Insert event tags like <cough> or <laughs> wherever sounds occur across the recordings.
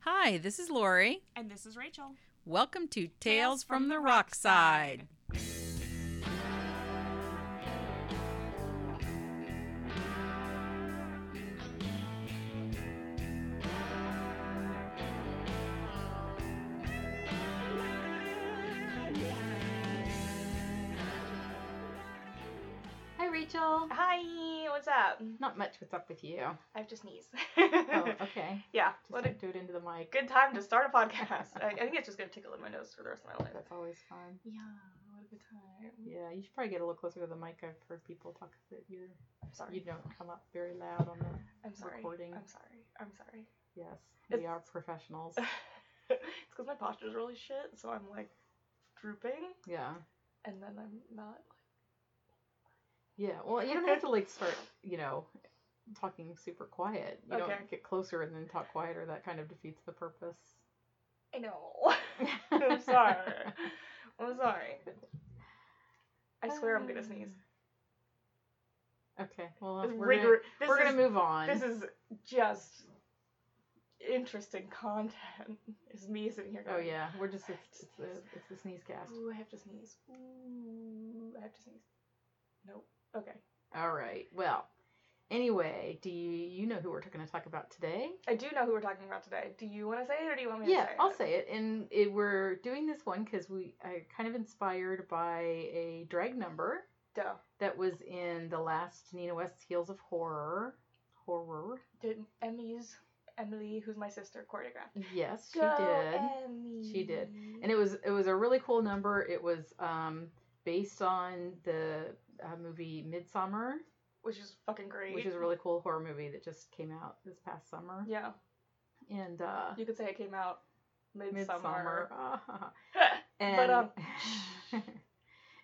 Hi, this is Lori. And this is Rachel. Welcome to Tales, from, the Rock Side. Hi, Rachel. Hi, what's up? Not much. What's up with you? I've just sneezed. <laughs> Oh, okay. Yeah, Just what what a do it into the mic. good time to start a podcast. I, I think it's just going to tickle in my nose for the rest of my life. That's always <laughs> fun. Yeah, what a good time. Yeah, you should probably get a little closer to the mic. I've heard people talk that you're I'm sorry. you don't come up very loud on the. I'm sorry. recording. I'm sorry. I'm sorry. <laughs> Yes, It's- we are <laughs> professionals. it's because my posture's really shit, so I'm like drooping, Yeah, and then I'm not. yeah. Well, you don't have to like start, you know, talking super quiet. You Okay. don't get closer and then talk quieter. That kind of defeats the purpose. I know. <laughs> <laughs> I'm sorry. I'm sorry. I swear I'm gonna sneeze. <laughs> Okay. Well, This we're rigor- gonna, this we're is- gonna move on. This is just interesting content. <laughs> It's me sitting here oh going, yeah, we're just it's, it's, the- it's the sneeze cast. Ooh, I have to sneeze. Ooh, I have to sneeze. Nope. Okay. All right. Well, anyway, do you, you know who we're going to talk about today? I do know who we're talking about today. Do you want to say it or do you want me to Yeah, say I'll it? say it. And it, we're doing this one because we I kind of inspired by a drag number Duh. that was in the last Nina West Heels of Horror. Horror. Did Emmy's Emily, who's my sister, choreographed. Yes, she Go, did. Emmy. She did. And it was it was a really cool number. It was um, based on the uh, movie Midsummer, which is fucking great. which is a really cool horror movie that just came out this past summer. yeah. And uh, You could say it came out Midsummer. <laughs> midsummer. <laughs> and, But, um, <laughs>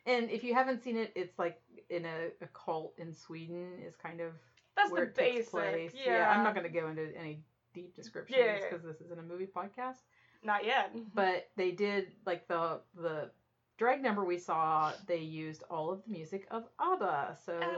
and if you haven't seen it, it's like in a, a cult in Sweden is kind of That's where the it takes basic. place. Yeah. I'm not going to go into any deep descriptions Yeah, yeah. because this isn't a movie podcast. Not yet. But they did like the the drag number we saw. They used all of the music of ABBA, so that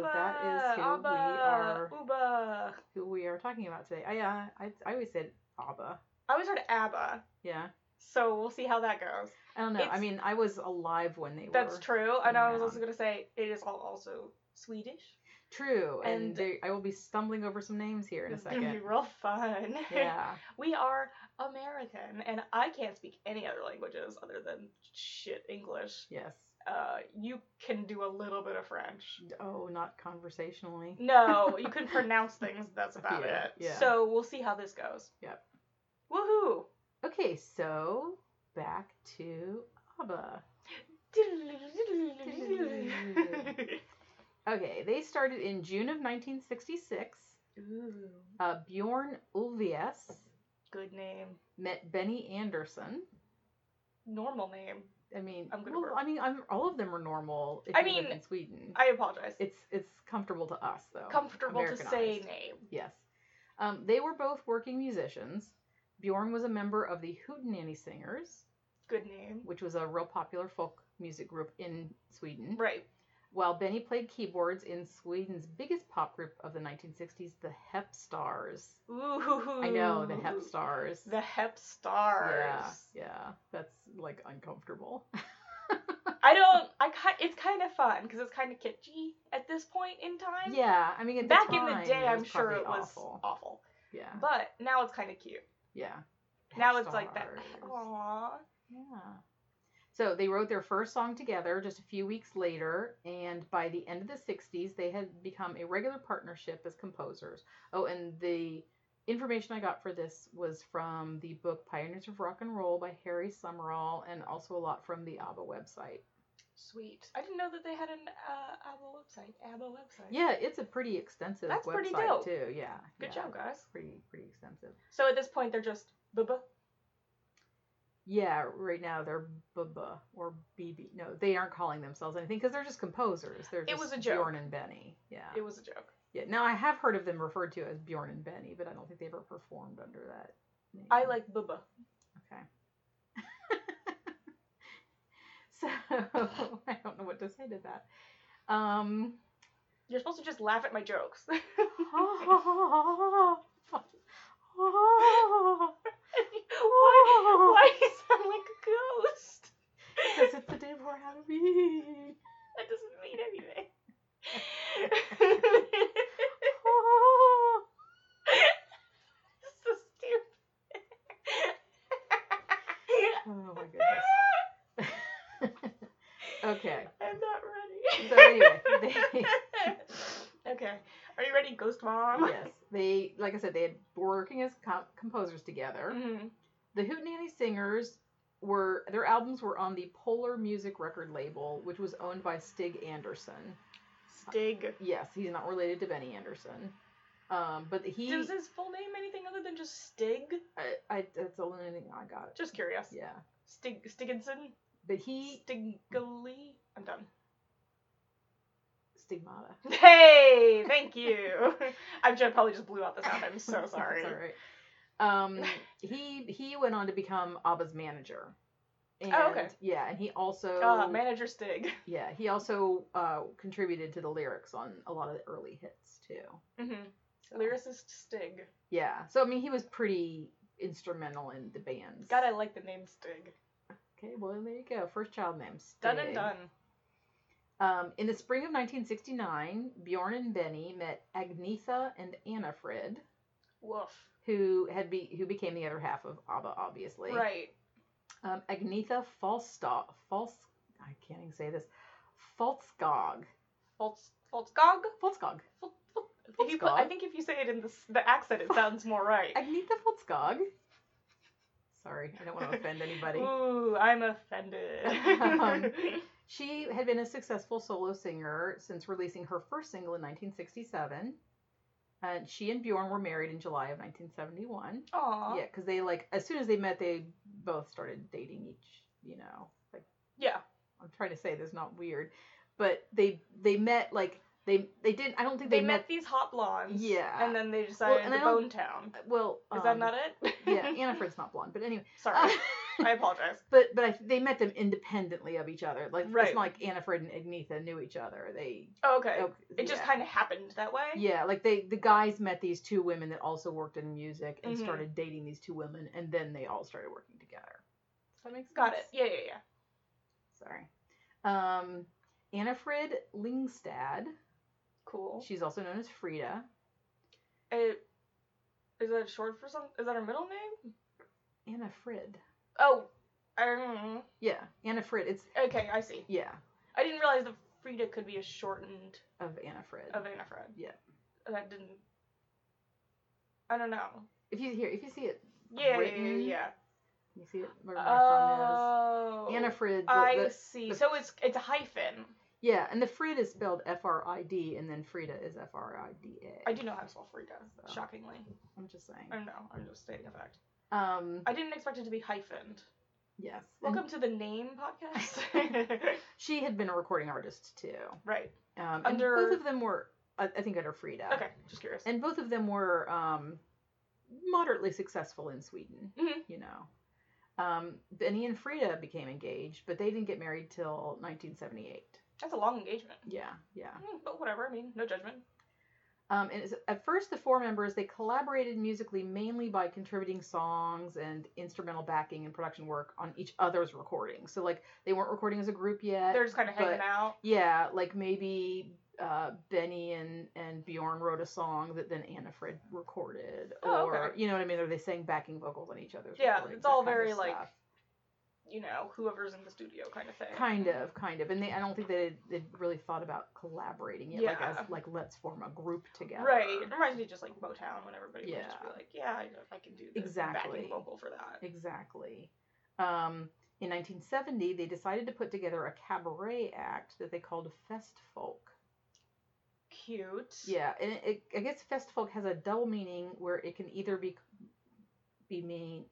is who Abba, we are Uba. who we are talking about today. I uh, I, I always said ABBA. I always heard ABBA, Yeah, so we'll see how that goes. I don't know. I It's- mean, I was alive when they That's were. true. And I was Yeah. also gonna say it is all also Swedish. True, and, And- they, I will be stumbling over some names here in a It's gonna <laughs> be second. real fun. yeah, we are American, and I can't speak any other languages other than shit English. yes. Uh, you can do a little bit of <laughs> French. Oh, not conversationally. No, you can pronounce things. That's about Yeah, it. yeah. So we'll see how this goes. Yep. <laughs> Woohoo! <laughs> Okay, so back to ABBA. Okay, they started in June of 1966. Ooh, Uh, Bjorn Ulvaeus good name. met Benny Anderson. Normal name. I mean, I'm gonna well, burp. I mean, I'm, all of them are normal. If I you live mean, in Sweden, I apologize. it's it's comfortable to us though. comfortable to say Americanized. name. Yes. Um, they were both working musicians. Bjorn was a member of the Hootenanny Singers, Good name. which was a real popular folk music group in Sweden, Right. while Benny played keyboards in Sweden's biggest pop group of the 1960s, the Hep Stars. Ooh. I know, the Hep Stars. The Hep Stars. Yeah, yeah. That's like uncomfortable. I don't. I ki- it's kind of fun because it's kind of kitschy at this point in time. <laughs> yeah, I mean, at Back the time, in the day, it I'm was sure probably it was awful. Yeah, But now it's kind of cute. yeah. now Hep it's like that. Oh, Stars. Aww. Yeah. So they wrote their first song together just a few weeks later, and by the end of the 60s, they had become a regular partnership as composers. Oh, and the information I got for this was from the book Pioneers of Rock and Roll by Harry Summerall, and also a lot from the ABBA website. Sweet. I didn't know that they had an uh, ABBA website. ABBA website. Yeah, it's a pretty extensive That's website, pretty dope. too. Yeah. Good yeah, job, guys. Pretty, pretty extensive. So at this point, they're just bubba. Yeah, right now they're BB or BB. No, they aren't calling themselves anything because they're just composers. They're It just was a joke. Bjorn and Benny. Yeah. It was a joke. yeah. Now I have heard of them referred to as Bjorn and Benny, but I don't think they ever performed under that. Name. I like bubba. Okay. <laughs> so <laughs> I don't know what to say to that. Um. You're supposed to just laugh at my jokes. <laughs> <laughs> Oh Oh my goodness. <laughs> okay. <laughs> I'm not ready. So anyway, <laughs> they, okay. Are you ready, Ghost Mom? yes, they like I said they had were working as com- composers together. Mhm. The Hootenanny Singers were their albums were on the Polar Music record label, which was owned by Stig Anderson. Stig. Yes, he's not related to Benny Anderson. Um, but he, Does his full name anything other than just Stig? I, I, that's the only thing I got. Just curious. Yeah, Stig Stigginson. but he Stiggley. I'm done. stigmata. Hey, thank you. <laughs> I ju- probably just blew out the sound. I'm so <laughs> That's sorry. all right. Um, he he went on to become Abba's manager. And, Oh, okay. Yeah, and he also Uh, Manager Stig. yeah he also uh, contributed to the lyrics on a lot of the early hits too. Mm-hmm. So, Lyricist Stig. Yeah, so I mean he was pretty instrumental in the band's. God, I like the name Stig. Okay, well there you go. First child name. Done and Stig. done. Um, in the spring of 1969, Bjorn and Benny met Agnetha and Anna Frid, Woof. who had be who became the other half of ABBA, obviously. Right. Um, Agnetha Falstaff, false, I can't even say this, Falskog, False. False Gog. Falskog, Fal- fal- If you put, I Falskog. think if you say it in the, s- the accent, <laughs> it sounds more right. Agnetha Falskog. Sorry, I don't want to <laughs> offend anybody. Ooh, I'm offended. Um, She had been a successful solo singer since releasing her first single in 1967. And she and Bjorn were married in July of 1971. <laughs> Aw. Yeah, because they like as soon as they met, they both started dating each. You know, like Yeah. I'm trying to say this not weird, but they they met like they they didn't. I don't think They, they, met these hot blondes. Yeah. And then they decided and to I don't- bone town. Well, Is that um, not it? <laughs> <laughs> yeah, Anna Fritz not blonde, but anyway. Sorry. <laughs> I apologize. but but I, they met them independently of each other. Like Right. it's not like Anna Fred and Agnetha knew each other. They Oh, okay. oh, It just yeah. kind of happened that way. yeah, like they the guys met these two women that also worked in music and Mhm. started dating these two women, and then they all started working together. Does that make sense? Got it. Yeah, yeah, yeah. Sorry. Um, Annafrid Lingstad. Cool. She's also known as Frida. It, is that short for something? Is that her middle name? Annafrid. Oh, I don't know. Yeah, Annafrid. It's Okay, I see. yeah I didn't realize that Frida could be a shortened of Annafrid. of Anna Fred. Yeah. That didn't. I don't know. If you hear, if you see it, Yeah, yeah, yeah, Written? yeah. you see it where my thumb Oh. is. Annafrid. the- I the- see. the- So it's it's a hyphen. yeah, and the Frid is spelled F R I D, and then Frida is F R I D A. I do know how to spell Frida. So. Shockingly. I'm just saying. I know. I'm just stating a fact. Um, I didn't expect it to be hyphened. yes. And Welcome to the name <laughs> podcast. <laughs> she had been a recording artist too. right. Um, Under- and both of them were, I, I think, under Frida. Okay. Just curious. And both of them were um, moderately successful in Sweden, Mhm. you know. Um, Benny and Frida became engaged, but they didn't get married till 1978. That's a long engagement. Yeah, yeah. Mm, But whatever. I mean, no judgment. Um, and it's, at first, the four members they collaborated musically mainly by contributing songs and instrumental backing and production work on each other's recordings. So like they weren't recording as a group yet. They're just kind of hanging but- out. Yeah, like maybe uh, Benny and, and Bjorn wrote a song that then Anna Frid recorded, Oh, or okay. you know what I mean? Or they sang backing vocals on each other's. Yeah, recordings, it's all that kind of very, like, stuff. You know, whoever's in the studio kind of thing. kind of, kind of, and they I don't think they they really thought about collaborating yet, like Yeah. as like let's form a group together. Right. It reminds me of just like Motown when everybody would just Yeah. be like, yeah, I, I can do this Exactly. backing vocal for that. Exactly. Um, in 1970, they decided to put together a cabaret act that they called Festfolk. Cute. <laughs> Yeah, and it, it, I guess Festfolk has a double meaning where it can either be be mean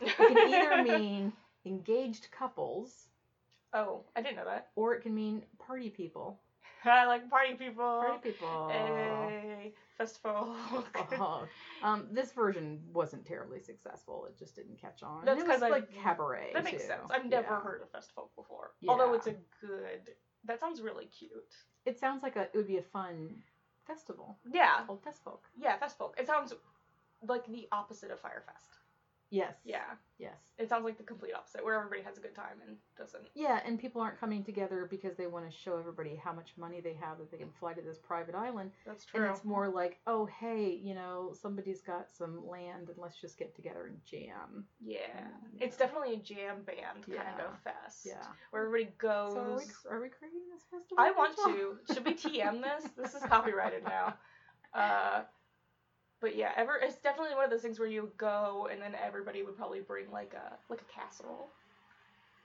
It can <laughs> either mean engaged couples oh, I didn't know that. <laughs> or it can mean party people. I like party people. Party people. <laughs> Hey, festival. <laughs> Oh. Um, this version wasn't terribly successful. It just didn't catch on. That's and it was 'cause I- like cabaret. that makes too. sense. I've never Yeah. heard of festival before. Although Yeah. it's a good. That sounds really cute. It sounds like a, it would be a fun festival Yeah. called Festfolk. Yeah, festival. It sounds like the opposite of Firefest. Yes. Yeah. Yes. It sounds like the complete opposite, where everybody has a good time and doesn't. Yeah, and people aren't coming together because they want to show everybody how much money they have that they can fly to this private island. That's And true. it's more like, oh, hey, you know, somebody's got some land and let's just get together and jam. yeah. Mm, It's definitely a jam band kind Yeah. of fest. Yeah. Where everybody goes. So are we, are we creating this festival? I want Rachel? to. <laughs> Should we TM this? This is copyrighted now. Uh, but yeah, ever it's definitely one of those things where you go and then everybody would probably bring like a like a casserole,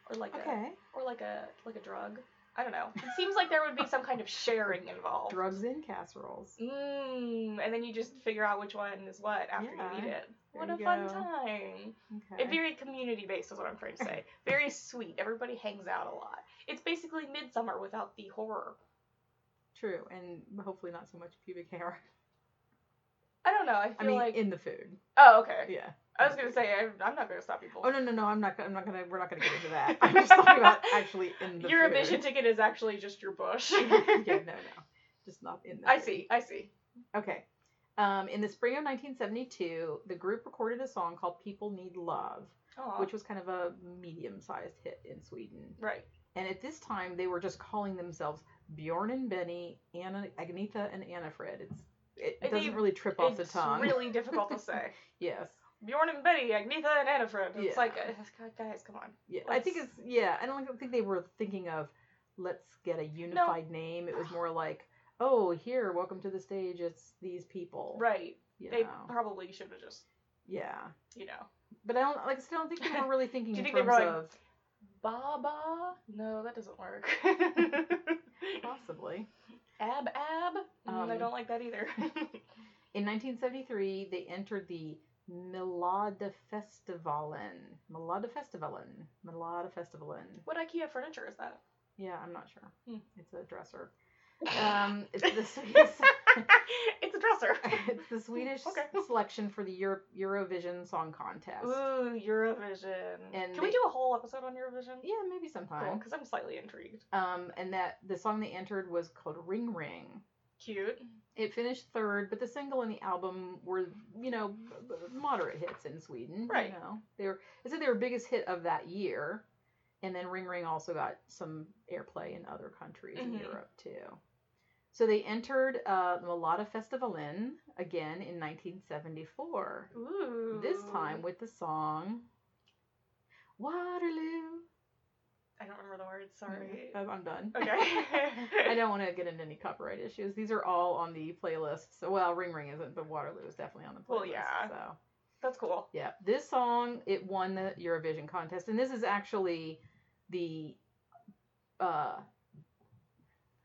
or like a Okay. or like a like a drug. I don't know. It seems like there would be some kind of sharing involved. Drugs in casseroles. Mmm. And then you just figure out which one is what after Yeah. you eat it. There what a you fun go. time. Okay. It very community based is what I'm trying to <laughs> say. very sweet. Everybody hangs out a lot. It's basically midsummer without the horror True, and hopefully not so much pubic hair. I don't know. I feel I mean, like. in the food. oh, okay. Yeah. I was gonna say I, I'm not gonna stop people. Oh no no no! I'm not. gonna- I'm not gonna. We're not gonna get <laughs> into that. I'm just talking about actually in the Your food. emission ticket is actually just your bush. <laughs> yeah, no, no. Just not in the I food. see. I see. Okay. Um, in the spring of 1972, the group recorded a song called People Need Love, Aw. which was kind of a medium sized hit in Sweden. right. And at this time, they were just calling themselves Bjorn and Benny, Anna, Agnetha, and Anna Fred. It's, it They- doesn't really trip off the it's tongue. really difficult to <laughs> say. Yes. Bjorn and Betty, Agnetha and Anifred. It's Yeah. like, uh, God, guys, come on. Yeah, I think Let's- it's yeah. I don't think they were thinking of let's get a unified name. It was more like, oh, here, welcome to the stage. It's these people. Right. You They know. probably should have just, Yeah. you know. But I don't like. I still don't think they were really <laughs> thinking Do you in think they terms were like- of Baba? No, that doesn't work. <laughs> possibly. ab ab? Mm, I Um. don't like that <laughs> either. In 1973, they entered the Miladafestivalen. Miladafestivalen. Miladafestivalen. what IKEA furniture is that? Yeah, I'm not sure. Hmm. It's a dresser. Um, it's the Swedish. <laughs> it's a <laughs> dresser. it's the Swedish Okay. selection for the Euro- Eurovision Song Contest. Ooh, Eurovision. And Can we they- do a whole episode on Eurovision? Yeah, maybe sometime. because I'm slightly intrigued. Um, and that the song they entered was called Ring Ring. Cute. It finished third, but the single and the album were, you know, b- b- moderate hits in Sweden. Right. You know, they were. It said they were biggest hit of that year, and then Ring Ring also got some airplay in other countries in Mhm. Europe too. So they entered uh, the Melada Festivalen again in 1974. Ooh. This time with the song Waterloo. Oh, I don't remember the words. Sorry. I'm I'm done. <laughs> <laughs> okay. Mm-hmm. I don't want to get into any copyright issues. These are all on the playlist. So, well, Ring Ring isn't, but Waterloo is definitely on the playlist. Well, yeah. So, That's cool. yeah. This song, it won the Eurovision contest. And this is actually the, uh,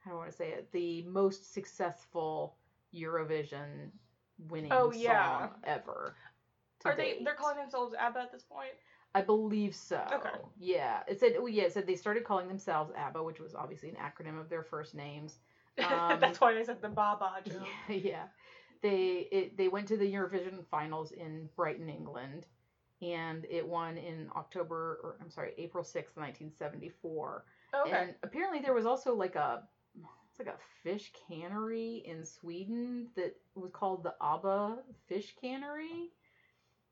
how do I want to say it? The most successful Eurovision winning Oh, yeah. song ever. to Are they? date. They're calling themselves ABBA at this point. <laughs> I believe so. Okay. Yeah. It said, oh, yeah, it said they started calling themselves ABBA, which was obviously an acronym of their first names. Um, <laughs> That's why I said the Baba joke. Yeah, <laughs> yeah. They it, they went to the Eurovision finals in Brighton, England, and it won in October or I'm sorry, April 6th, 1974. Okay. And apparently there was also like a it's like a fish cannery in Sweden that was called the Abba Fish Cannery.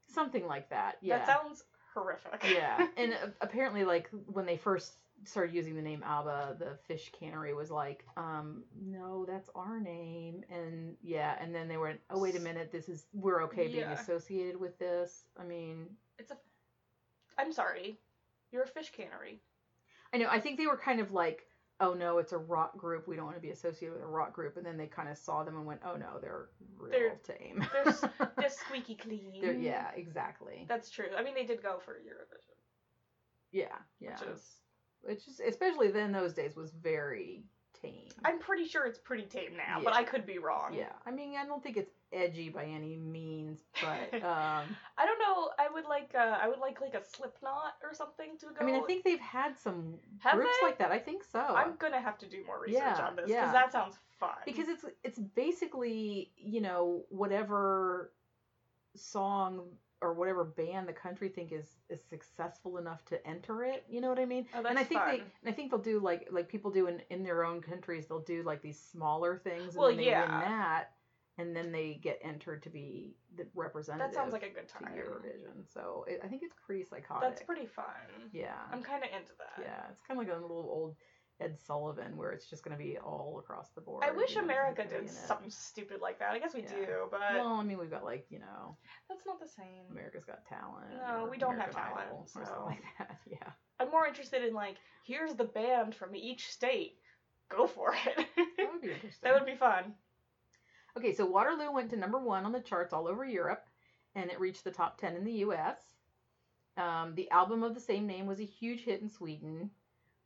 Something like that. Yeah. That sounds horrific. <laughs> yeah. And a- apparently like when they first started using the name Abba, the fish cannery was like, um, no, that's our name. And yeah, and then they went, oh, wait a minute, this is, we're okay being Yeah. associated with this. I mean, It's a. I'm sorry. You're a fish cannery. I know, I think they were kind of like, oh no, it's a rock group. We don't want to be associated with a rock group. And then they kind of saw them and went, oh no, they're real They're- tame. <laughs> They're, s- they're squeaky clean. They're, yeah, exactly. That's true. I mean, they did go for Eurovision, Yeah, yeah. which is. Which is, especially then those days was very tame. I'm pretty sure it's pretty tame now, but Yeah. I could be wrong. Yeah, I mean, I don't think it's edgy by any means, <laughs> but um, I don't know. I would like uh, I would like like a Slipknot or something to go. I mean, I think they've had some Have groups they? like that. I think so. I'm gonna have to do more research Yeah, on this because yeah. that sounds fun. because it's it's basically you know whatever song or whatever band the country think is is successful enough to enter it. You know what I mean? oh, that's and I think fun. they and I think they'll do like like people do in in their own countries. They'll do like these smaller things, and Well, when they yeah. win that, and then they get entered to be the representative. That sounds like a good to time. Eurovision. So it, I think it's pretty psychotic. That's pretty fun. Yeah. I'm kind of into that. Yeah. It's kind of like a little old Ed Sullivan where it's just going to be all across the board. I wish you know, America everybody did in it. something stupid like that. I guess we Yeah. do, but Well, I mean, we've got like, you know, that's not the same. America's Got Talent. No, or we don't have American talent, Idol Or so. something like that. <laughs> Yeah. <laughs> I'm more interested in like, here's the band from each state. Go for it. <laughs> That would be interesting. that would be fun. Okay, so Waterloo went to number one on the charts all over Europe, and it reached the top 10 in the US. Um, the album of the same name was a huge hit in Sweden.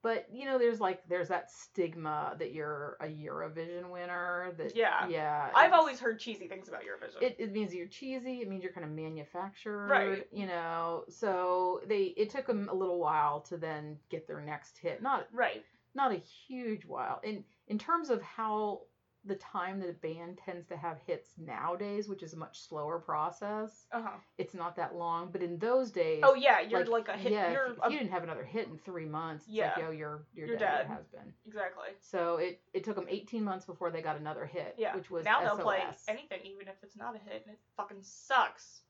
But, you know, there's like, there's that stigma that you're a Eurovision winner. That, Yeah. Yeah. I've it's- always heard cheesy things about Eurovision. It, it means you're cheesy. It means you're kind of manufactured. Right. You know, so they, it took them a little while to then get their next hit. Not right. not a huge while in in terms of how the time that a band tends to have hits nowadays which is a much slower process Uh huh. it's not that long but in those days Oh yeah, you're like, a hit. yeah, if- you're if, a, you didn't have another hit in three months it's Yeah. like yo you're you're, You're dead, dead. Your husband exactly. so it it took them 18 months before they got another hit Yeah. which was now SOS. they'll play anything, even if it's not a hit, and it fucking sucks.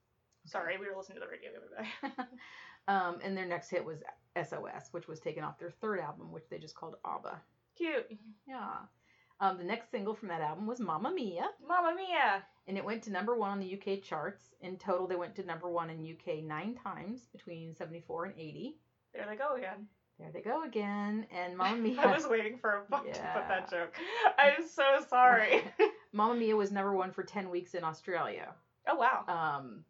Sorry, we were listening to the radio the other day. <laughs> um and their next hit was SOS which was taken off their third album which they just called ABBA Cute, yeah um the next single from that album was Mamma Mia Mamma Mia. and it went to number one on the UK charts. In total, they went to number one in UK nine times between 74 and 80. There they go again. There they go again. And Mamma <laughs> I Mia, was waiting for a fuck to put Yeah. that joke. <laughs> I'm so sorry. <laughs> Mamma Mia was number one for 10 weeks in Australia. oh wow, Um,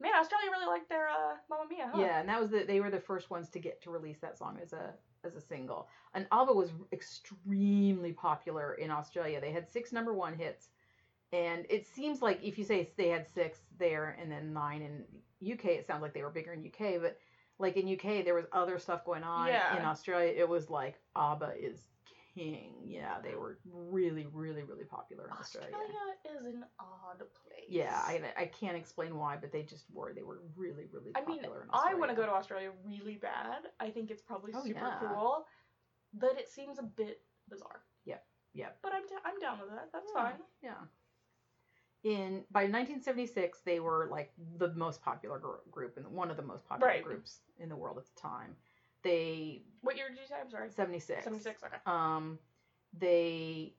man, Australia really liked their uh, Mamma Mia. Huh? Yeah, and that was the they were the first ones to get to release that song as a as a single. And ABBA was extremely popular in Australia. They had six number one hits, and it seems like if you say they had six there and then nine in UK, it sounds like they were bigger in UK. But like in UK, there was other stuff going on. Yeah. In Australia, it was like ABBA is king. Yeah, they were really, really, really popular in Australia Australia. is an odd place. Yeah, I, I can't explain why, but they just were. They were really, really I popular mean, in I Australia. want to go to Australia really bad. I think it's probably Oh, super yeah. cool, but it seems a bit bizarre. Yep, yep. But I'm, d- I'm down with that. That's Yeah. fine. Yeah. In by 1976, they were like the most popular gr- group and one of the most popular Right. groups in the world at the time. They What year did you say? I'm sorry. 76. 76, okay. Um, they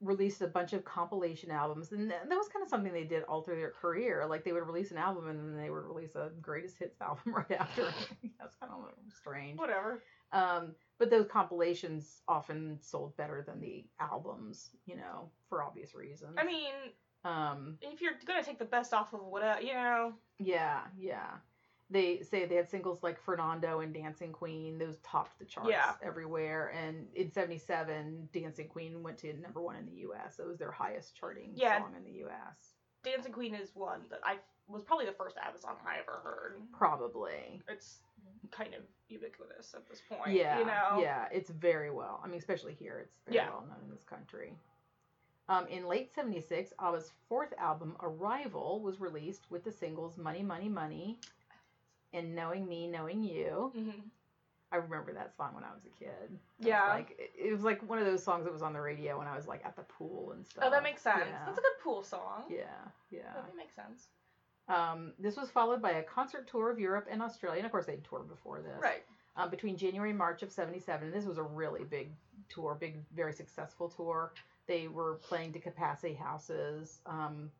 released a bunch of compilation albums, and th- that was kind of something they did all through their career. Like they would release an album, and then they would release a greatest hits <laughs> album right after. That's kind of strange. Whatever. Um, but those compilations often sold better than the albums, you know, for obvious reasons. I mean, um, if you're gonna take the best off of whatever, you know, Yeah, yeah. They say they had singles like Fernando and Dancing Queen. Those topped the charts Yeah. everywhere. And in 77, Dancing Queen went to number one in the US. It was their highest charting Yeah. song in the US. Dancing Queen is one that I was probably the first ABBA song I ever heard. Probably. It's kind of ubiquitous at this point. yeah. You know. Yeah, it's very well. I mean, especially here, it's very Yeah. well known in this country. Um, in late 76, ABBA's fourth album, Arrival, was released with the singles Money, Money, Money and Knowing Me, Knowing You. Mhm. I remember that song when I was a kid. It was Yeah. like it, it was like one of those songs that was on the radio when I was like at the pool and stuff. Oh, that makes sense. Yeah. That's a good pool song. yeah, That yeah. makes sense. Um, this was followed by a concert tour of Europe and Australia, and of course they'd toured before this. Right. Uh, between January and March of '77, and this was a really big tour, big, very successful tour. They were playing to capacity houses. Um,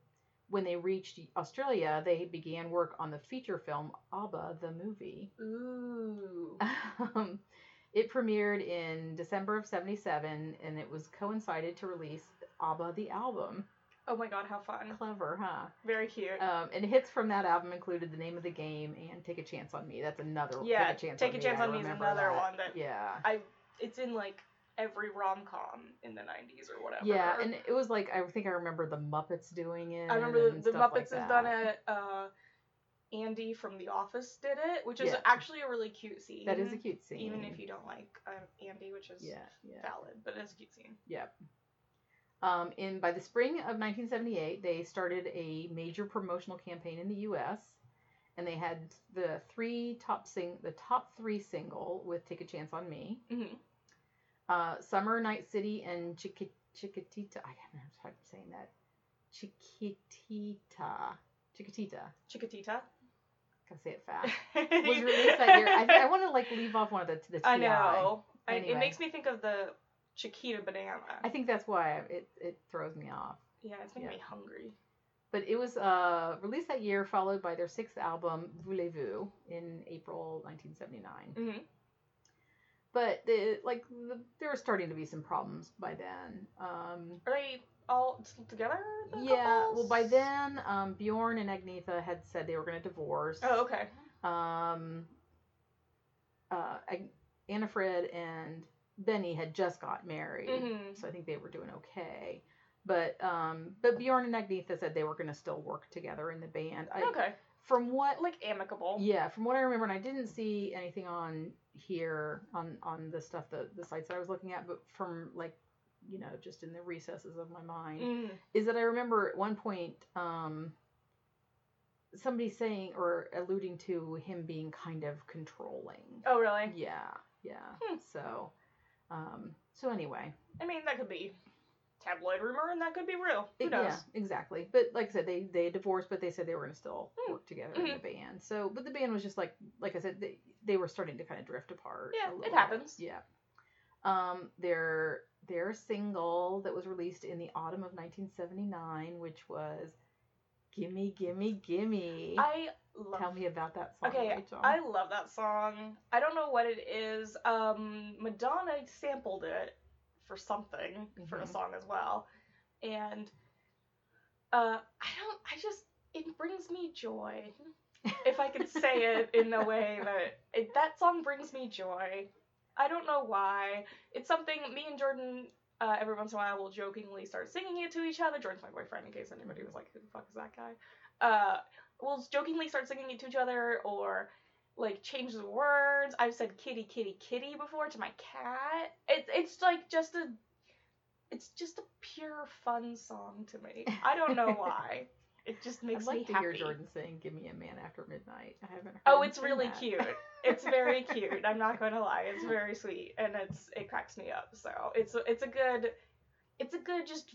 when they reached Australia, they began work on the feature film ABBA the Movie. Ooh. <laughs> Um, it premiered in December of 77 and it was coincided to release ABBA the album. Oh my god, how fun. Clever, huh? Very cute. Um, and hits from that album included The Name of the Game and Take a Chance on Me. That's another Yeah, Take a Chance Take on a Me. Chance I on Me is remember another that. one that- Yeah. it's in like every rom com in the 90s or whatever. Yeah, and it was like, I think I remember the Muppets doing it. I remember and the, the stuff Muppets has like that. done it. Uh, Andy from The Office did it, which is Yeah. actually a really cute scene. That is a cute scene. Mm-hmm. Even if you don't like um, Andy, which is Yeah, yeah. valid, but it's a cute scene. Um, in by the spring of 1978, they started a major promotional campaign in the U.S. and they had the three top sing the top three single with "Take a Chance on Me," hmm uh, "Summer Night City," and Chiqui- Chiquitita. I don't know if I'm saying that. Chiquitita. Chiquitita. Chiquitita. Gotta say it <laughs> fast. was released that year. I, I want to like leave off one of the the TI. I know. I, Anyway. It makes me think of the Chiquita banana. I think that's why it it throws me off. yeah, it's making yeah. me hungry. But it was uh, released that year, followed by their sixth album, Voulez-Vous, in April 1979. hmm But the, like the, there were starting to be some problems by then. Um, Are they all t- together? the yeah, well, couples? by then um, Bjorn and Agnetha had said they were going to divorce. Oh, okay. Um, uh, Ag- Annafred and Benny had just got married. Mhm. so I think they were doing okay. But um, but Bjorn and Agnetha said they were going to still work together in the band. I, okay. From what, Like amicable. yeah, from what I remember, and I didn't see anything on here on on the stuff that the sites that I was looking at, but from like you know just in the recesses of my mind, Mm. is that I remember at one point um, somebody saying or alluding to him being kind of controlling. Oh, really? Yeah, yeah. Hmm. So um, so anyway. I mean, that could be tabloid rumor, and that could be real. Who It- knows? Yeah, exactly. But like I said, they they divorced, but they said they were going to still Hmm. work together in the band. So, but the band was just like like I said, they, they were starting to kind of drift apart. Yeah, a it little bit. happens. Yeah. Um, their their single that was released in the autumn of 1979, which was "Gimme Gimme Gimme." I love. Tell me about that song, Okay, Rachel. I love that song. I don't know what it is. Um, Madonna sampled it for something for a Mhm. song as well, and uh, I don't. I just it brings me joy. <laughs> If I could say it in a way that it, that song brings me joy. I don't know why. It's something me and Jordan. Uh, every once in a while, will jokingly start singing it to each other. Jordan's my boyfriend, in case anybody was like, "Who the fuck is that guy?" Uh, we'll jokingly start singing it to each other or like change the words. I've said kitty kitty kitty before to my cat. It's it's like just a it's just a pure fun song to me. I don't <laughs> know why. It just I'd makes like me to happy. hear Jordan saying "Give Me a Man After Midnight." I haven't. heard Oh, him it's sing really that. cute. It's <laughs> very cute. I'm not going to lie. It's very sweet and it's it cracks me up. So, it's a- it's a good it's a good just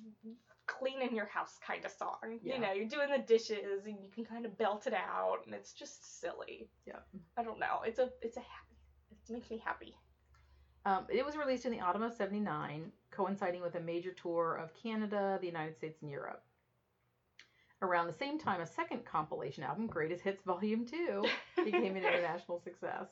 cleaning your house kind of song. Yeah. You know, you're doing the dishes and you can kind of belt it out and it's just silly. Yep. I don't know. It's a it's a happy. It makes me happy. Um, it was released in the autumn of '79, coinciding with a major tour of Canada, the United States, and Europe. Around the same time, a second compilation album, Greatest Hits Volume 2, became an international success.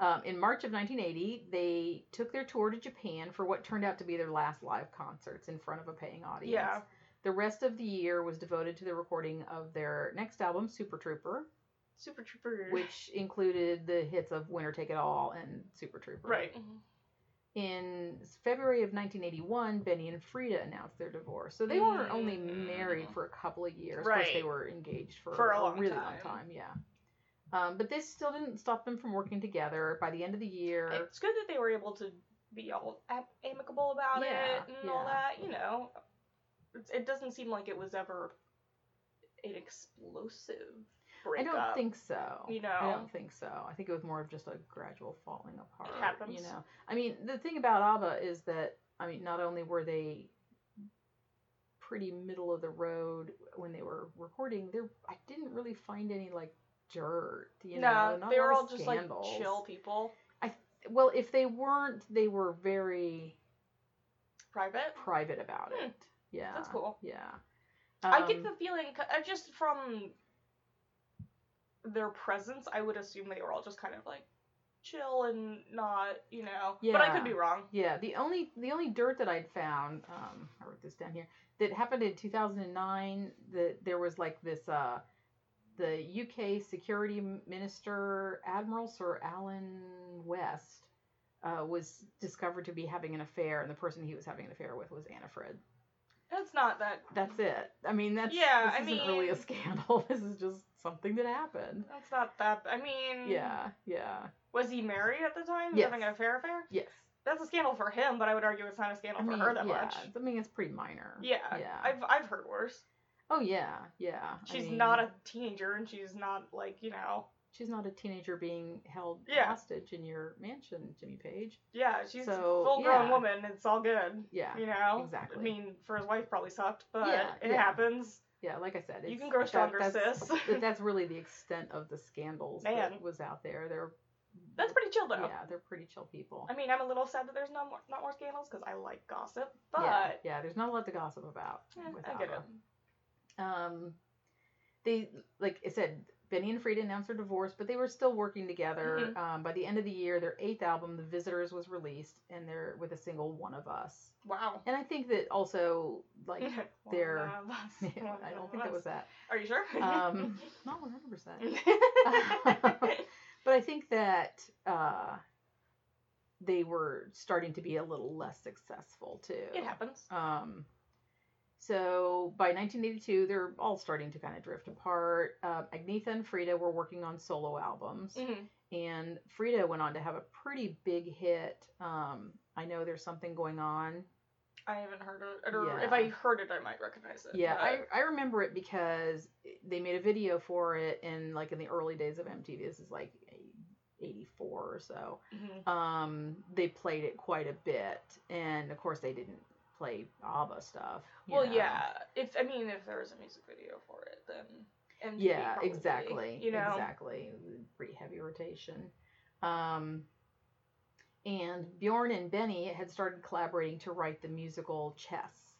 Um, in March of 1980, they took their tour to Japan for what turned out to be their last live concerts in front of a paying audience. yeah. The rest of the year was devoted to the recording of their next album, Super Trooper, Super Trooper. which included the hits of Winner Take It All and Super Trooper. right. Mm-hmm. In February of 1981, Benny and Frida announced their divorce. So they were only married Mm. for a couple of years. Of course, Right. they were engaged for, For a long really long time. time. Yeah. Um, but this still didn't stop them from working together. By the end of the year, It's good that they were able to be all am- amicable about Yeah, it and all yeah. that. You know, it's, it doesn't seem like it was ever an explosive I breakup. don't think so. you I know. don't think so. I think it was more of just a gradual falling apart. You happens. know, I mean, the thing about ABBA is that I mean, not only were they pretty middle of the road when they were recording, there I didn't really find any like dirt. You know, no, not they a were lot all of just scandals. like chill people, Well, if they weren't, they were very private. private about Hmm. it. Yeah, That's cool. Yeah, I get Um, the feeling, c- uh, just from their presence, I would assume they were all just kind of like chill and not, you know. But I could Yeah. be wrong. Yeah, the only the only dirt that I'd found, um, I wrote this down here, that happened in 2009. That there was like this, uh, the UK security minister Admiral Sir Alan West uh, was discovered to be having an affair, and the person he was having an affair with was Anna Fred. That's not that. That's it. I mean, that's Yeah, This I isn't really a <laughs> mean- scandal. This is just something that happened. That's not that. I mean, Yeah, yeah, Was he married at the time? Yes. Having an affair affair? yes. That's a scandal for him, but I would argue it's not a scandal I mean, for her that yeah. much. I mean, it's pretty minor. Yeah. yeah. I've I've heard worse. oh yeah, yeah. I She's mean- not a teenager and she's not like, you know, she's not a teenager being held Yeah. hostage in your mansion, Jimmy Page. Yeah, she's a So, full grown yeah. woman. It's all good. Yeah. You know? exactly. I mean, for his wife, probably sucked, but Yeah, it yeah. happens. Yeah, like I said, You it's- can grow that- stronger, that's, sis. <laughs> that- that's really the extent of the scandals Man. that was out there. They're That's pretty chill, though. yeah, they're pretty chill people. I mean, I'm a little sad that there's not more, not more scandals because I like gossip, but yeah, yeah, there's not a lot to gossip about. eh, I without get it. her. Um, they like I said, Benny and Frida announced their divorce, but they were still working Mm-hmm. together. Um, by the end of the year, their eighth album, The Visitors, was released, and they're with a single, One of Us. Wow. And I think that also <laughs> like One they're- of us, <laughs> one I don't think of that was us. that. Are you sure? <laughs> Um, <laughs> not 100. percent yeah, <laughs> But I think that uh, they were starting to be a little less successful too. it happens. Um, so by 1982, they're all starting to kind of drift apart. Uh, Agnetha and Frida were working on solo albums, Mhm. and Frida went on to have a pretty big hit. Um, I know there's something going on. I haven't heard it. Or Yeah. If I heard it, I might recognize it. Yeah, but- I, I remember it because they made a video for it, and like in the early days of MTV, this is like 84 or so. Mhm. Um, they played it quite a bit, and of course they didn't play ABBA stuff. you Well, know. yeah. If I mean, if there was a music video for it, then MTV Yeah, probably, exactly. You know, exactly. Pretty heavy rotation. Um, and Bjorn and Benny had started collaborating to write the musical Chess.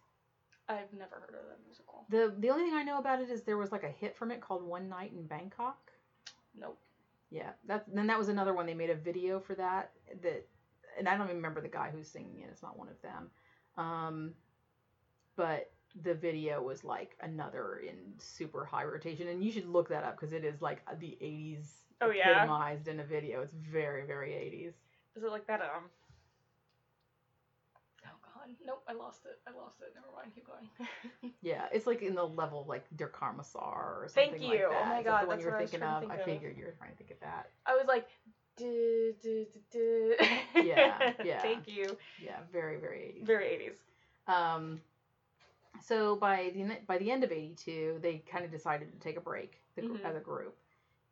I've never heard of that musical. The the only thing I know about it is there was like a hit from it called One Night in Bangkok. Nope. Yeah, that's then that was another one they made a video for that that, and I don't even remember the guy who's singing it. It's not one of them, um, but the video was like another in super high rotation, and you should look that up because it is like the '80s Oh, yeah? epitomized in a video. It's very very '80s. Is it like that? Um. Oh God. Nope. I lost it. I lost it. Never mind. Keep <laughs> going. Yeah, it's like in the level of, like Der Karmasar or something Thank like you. that. Oh my Is that God, the one that's you were what I was thinking trying to of. think I of. figured you were trying to think of that. I was like, duh, duh, duh, duh. <laughs> Yeah, yeah. Thank you. Yeah, very very '80s. Very 80s. Um, so by the by the end of '82, they kind of decided to take a break the, gr Mhm. as a group,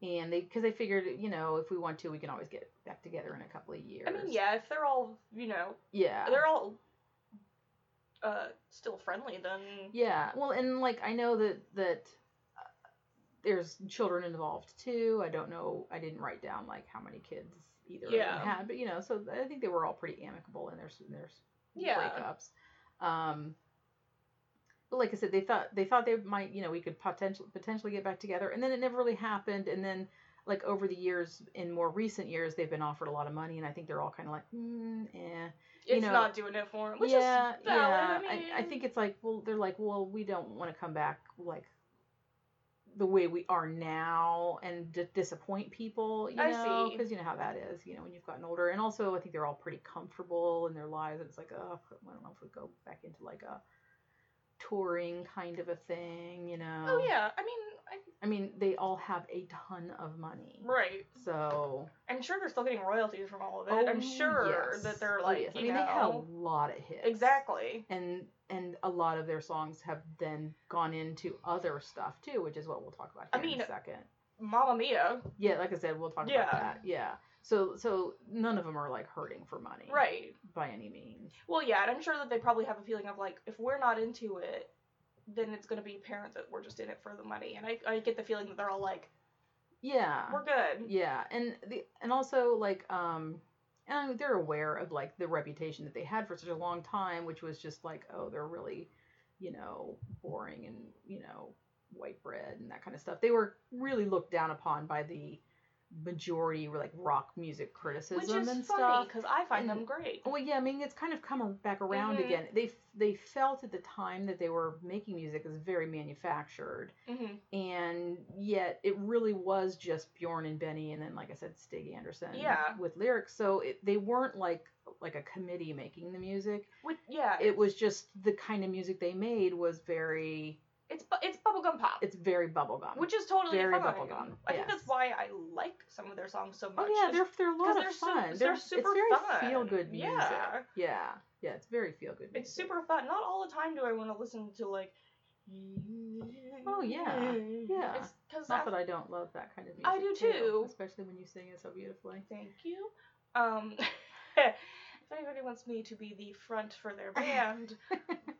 and they because they figured you know if we want to, we can always get back together in a couple of years. I mean, yeah. If they're all, you know, yeah, they're all uh still friendly, then yeah. Well, and like I know that that uh, there's children involved too. I don't know. I didn't write down like how many kids either of them Yeah. had, but you know, so I think they were all pretty amicable in their s- in their s- Yeah. breakups. Um, but like I said, they thought they thought they might, you know, we could potentially potentially get back together, and then it never really happened. And then like over the years, in more recent years, they've been offered a lot of money, and I think they're all kind of like, mm, eh. it's You know, not doing it for him, which yeah, is valid. yeah. I, mean, I, I think it's like, well, they're like, well, we don't want to come back like the way we are now and d- disappoint people, you I know, see. because you know how that is, you know, when you've gotten older. And also, I think they're all pretty comfortable in their lives. It's like, oh, I don't know if we go back into like a touring kind of a thing, you know. Oh yeah. I mean, I mean, they all have a ton of money. I, right. So, I'm sure they're still getting royalties from all of it. oh, I'm sure yes. that they're Oh, like, yes. I you mean, know, they had a lot of hits. exactly. and and a lot of their songs have then gone into other stuff too, which is what we'll talk about I here in mean- a second. Mamma Mia, Yeah, like I said, we'll talk Yeah. about that. Yeah. So so none of them are like hurting for money, right? By any means. Well, yeah, and I'm sure that they probably have a feeling of like, if we're not into it, then it's gonna be apparent that we're just in it for the money. And I, I get the feeling that they're all like, Yeah. we're good. Yeah, and the and also like um, and they're aware of like the reputation that they had for such a long time, which was just like oh they're really, you know, boring and you know white bread and that kind of stuff. They were really looked down upon by the majority like rock music criticism Which is funny 'cause and stuff. Mm. Oh, funny because I find And- them great. Well, yeah, I mean, it's kind of come ar- back around Mhm. again. They f- they felt at the time that they were making music as very manufactured, hmm and yet it really was just Bjorn and Benny, and then like I said, Stig Anderson, Yeah. with lyrics. So it, they weren't like like a committee making the music. Which, yeah, It was just the kind of music they made was very it's bu- it's bubblegum pop, it's very bubblegum. which is totally very fine. bubblegum, I think that's yes. why I like some of their songs so much. oh yeah, is they're they're a lot 'cause of they're su- fun. they're it's super very fun. feel good music. Yeah. yeah, yeah, it's very feel good. It's super fun. Not all the time do I want to listen to like Oh, yeah. Yeah. It's because Not that I don't love that kind of music. I do too. Especially when you sing it so beautifully. Thank you. Um, <laughs> if anybody wants me to be the front for their <laughs> band,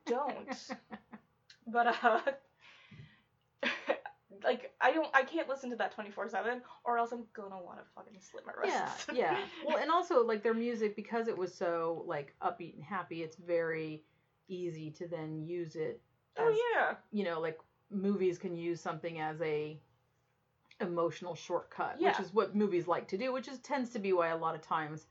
don't. But uh, <laughs> like I don't, I can't listen to that twenty four seven, or else I'm gonna want to fucking slit my Yeah, wrists. <laughs> Oh, yeah. Well, and also like their music because it was so like upbeat and happy, it's very easy to then use it as oh yeah. you know, like movies can use something as a emotional shortcut, Yeah. which is what movies like to do, which is tends to be why a lot of times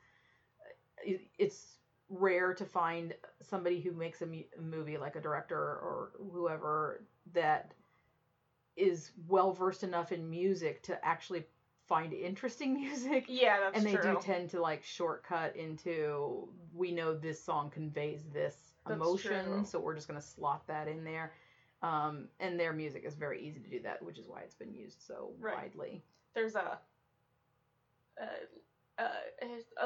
uh, it, it's rare to find somebody who makes a, mu- a movie like a director or whoever that is well versed enough in music to actually find interesting <laughs> music Yeah, that's and they true. do tend to like shortcut into we know this song conveys this That's emotion true. so we're just going to slot that in there um, and their music is very easy to do that which is why it's been used so Right. widely There's a, uh, uh,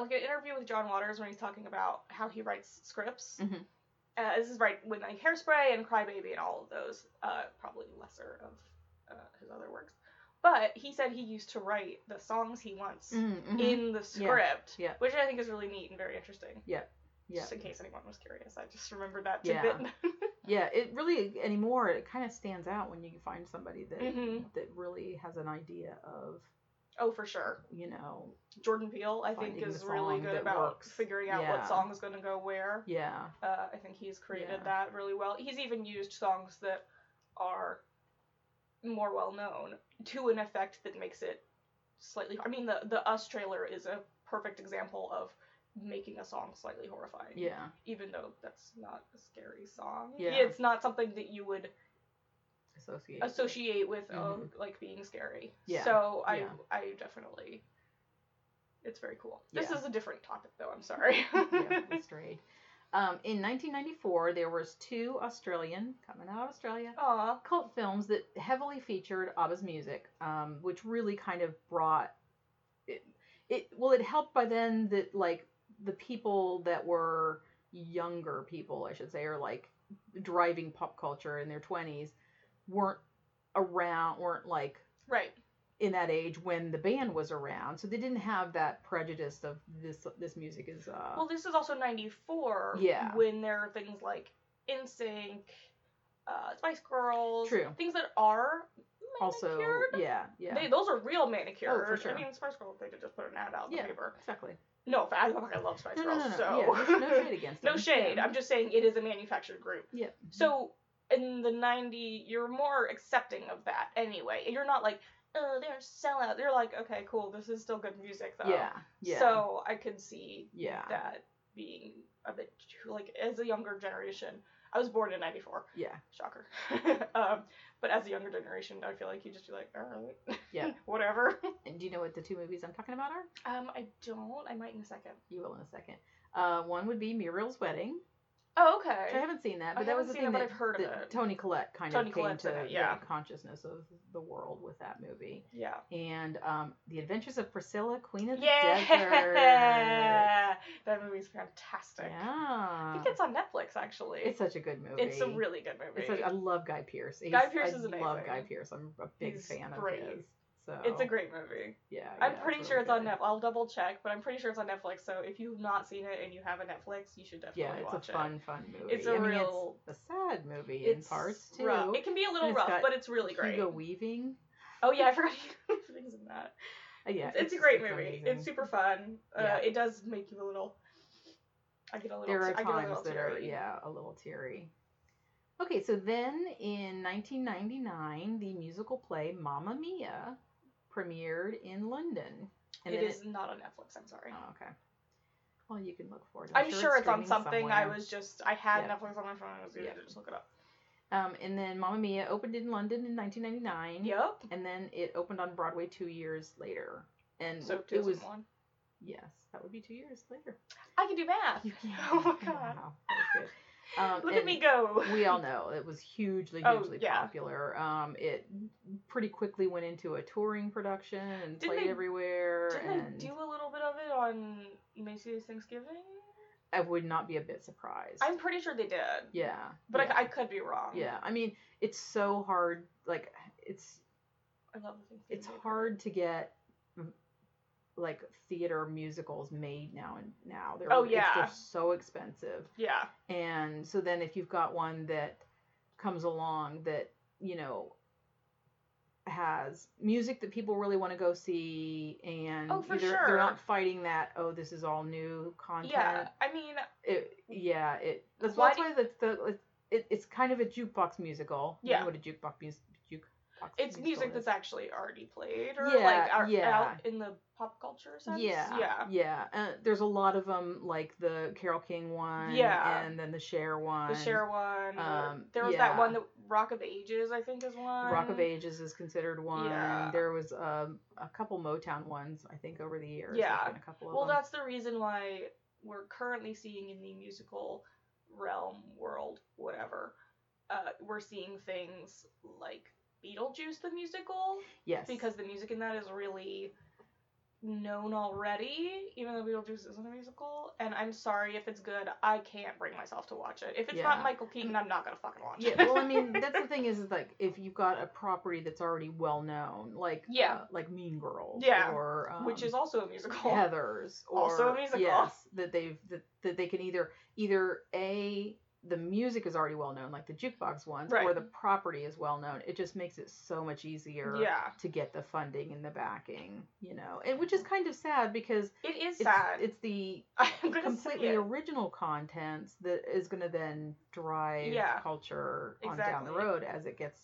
like an interview with John Waters when he's talking about how he writes scripts. Mhm. Uh, this is right when like Hairspray and Crybaby and all of those, uh, probably lesser of uh, his other works. But he said he used to write the songs he wants in the script, Mm-hmm. yeah. which I think is really neat and very interesting. yeah Just in case anyone was curious, I just remembered that Yeah. tidbit. <laughs> yeah it really anymore it kind of stands out when you find somebody that Mhm. that really has an idea of oh, for sure. you know Jordan Peele, I think, Finding is the really song good that about works. figuring out Yeah. what song is going to go where. yeah Uh, I think he's created Yeah. that really well. He's even used songs that are more well known to an effect that makes it slightly. I mean, the the Us trailer is a perfect example of making a song slightly horrifying. yeah Even though that's not a scary song. Yeah. It's not something that you would associate associate with uh, Mhm. like being scary. Yeah, So I yeah. I definitely. It's very cool. This Yeah. is a different topic though. I'm sorry. <laughs> yeah, strayed. Um, in 1994, there was two Australian coming out of Australia <laughs> Aw. cult films that heavily featured ABBA's music, um, which really kind of brought it, it. Well, it helped by then that like the people that were younger people, I should say, or like driving pop culture in their 20s, weren't around, weren't like Right. in that age when the band was around, so they didn't have that prejudice of this this music is uh, Well, this is also '94. Yeah. When there are things like InSync, uh, Spice Girls. True. Things that are also manicured. yeah yeah They, those are real manicured. Oh, for sure. I mean, Spice Girls, they could just put an ad out on Yeah. paper. exactly No, I, I love Spice no no Girls, no no so. yeah, no shade <laughs> against No them. shade. yeah. I'm just saying it is a manufactured group. yeah So in the 90, you're more accepting of that anyway. You're not like, oh, they're sellout. You're like, okay, cool. This is still good music, though. yeah yeah So I could see yeah that being a bit too, like as a younger generation. I was born in '94, yeah shocker. <laughs> um, but as a younger generation, I feel like you just be like, all right, Yeah. <laughs> whatever. and do you know what the two movies I'm talking about are Um, I don't. I might in a second. you will in a second uh one would be Muriel's Wedding Oh, which I okay. haven't seen that I but that was haven't the seen it, but thing that, I've heard of that it. Tony Collette kind Tony of came Collette's to in it, the yeah. consciousness of the world with that movie Yeah. and um The Adventures of Priscilla Queen of the <laughs> Desert Yeah. That movie's fantastic. I yeah think it's on Netflix actually. it's such a good movie It's a really good movie. It's like, I love Guy Pierce. Guy Pearce I is love amazing. Guy Pierce. I'm a big He's fan great. of his. So It's a great movie. yeah. I'm yeah, pretty really sure it's on good. Netflix. I'll double check, but I'm pretty sure it's on Netflix. So if you've not seen it and you have a Netflix, you should definitely Yeah, it's watch a it. fun, fun movie. It's a I mean, real- it's a sad movie in It's parts too. rough. It can be a little And it's rough, got but it's really great. Hugo Weaving. Oh yeah, <laughs> I forgot Hugo Weaving's in that. Uh, yeah, it's, a great it's movie. amazing. It's super fun. Yeah. Uh, it does make you a little. I get a little. There are I get a times little that are teary. yeah, a little teary. Okay, so then in 1999, the musical play Mamma Mia premiered in London. And It then is not on Netflix. I'm sorry. oh, okay. Well, you can look forward. I'm sure, it's on streaming something. I somewhere. was just I had Yeah. Netflix on my phone. I was going Yeah. to just look it up. Um, and then Mamma Mia opened in London in 1999. Yep. And then it opened on Broadway two years later. And So it was 2001. yes, that would be two years later. I can do <laughs> math. You can't. <laughs> Oh my god. Wow, that's good. Um, Look at and me go. we all know it was hugely, Oh, hugely yeah. popular. Um, it pretty quickly went into a touring production and Didn't played they- everywhere. Didn't and they do a little bit of it on Macy's Thanksgiving? I would not be a bit surprised. I'm pretty sure they did, yeah. but I c yeah. I I, could be wrong. yeah. I mean, it's so hard. Like, it's I love the things they it's do. hard to get m- like theater musicals made now and now. They're, Oh, it's- they're yeah. so expensive. Yeah, And so then if you've got one that comes along that, you know, has music that people really want to go see and Oh, for either they're not sure. fighting that, oh, this is all new content. yeah. I mean, It, yeah, it that's Why why, that's do- why the, the it, it's kind of a jukebox musical. You know Yeah. what a jukebox music jukebox it's musical music is. that's actually already played or Yeah, like are, yeah. out in the pop culture sense. Yeah, yeah. yeah. Uh, there's a lot of them, like the Carol King one, Yeah. and then the Cher one. The Cher one. or- Um, there was yeah. that one that Rock of Ages, I think, is one. Rock of Ages is considered one. Yeah. There was um, a couple Motown ones, I think, over the years. There's Yeah. been a couple of Well, them. that's the reason why we're currently seeing in the musical realm, world, whatever. Uh, we're seeing things like Beetlejuice the musical yes, because the music in that is really known already, even though Beetlejuice isn't a musical. And I'm sorry if it's good, I can't bring myself to watch it. If it's Yeah. not Michael Keaton, I'm not gonna fucking watch yeah. it. Well, <laughs> I mean, that's the thing is, is like if you've got a property that's already well known, like Yeah. uh, like Mean Girls, Yeah. or um, <laughs> which is also a musical. <laughs> Heather's or Also a musical. yes that they've that, that they can either either a the music is already well known like the jukebox ones or Right. the property is well known it just makes it so much easier Yeah, to get the funding and the backing you know and which is kind of sad because it is it's, sad. it's the <laughs> I'm gonna completely say it. original content that is going to then drive Yeah. culture on down the Exactly. road as it gets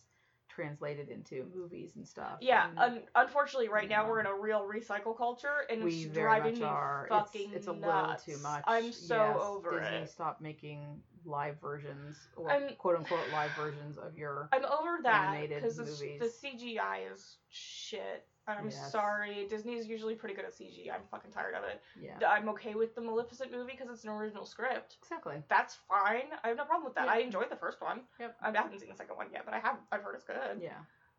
translated into movies and stuff Yeah, and- un- unfortunately, right now yeah. we're in a real recycle culture, and we it's very driving much me are. It's- fucking it's, a little nuts. too much. I'm so Yes, over Disney it. stop making live versions or I'm- quote unquote live versions of your. I'm over that Animated because the, movies. the CGI is shit. I'm Yes. sorry. Disney is usually pretty good at CG. I'm fucking tired of it. Yeah, I'm okay with the Maleficent movie because it's an original script. exactly. That's fine. I have no problem with that. Yeah. I enjoyed the first one. Yep. I haven't seen the second one yet, but I have. I've heard it's good. Yeah,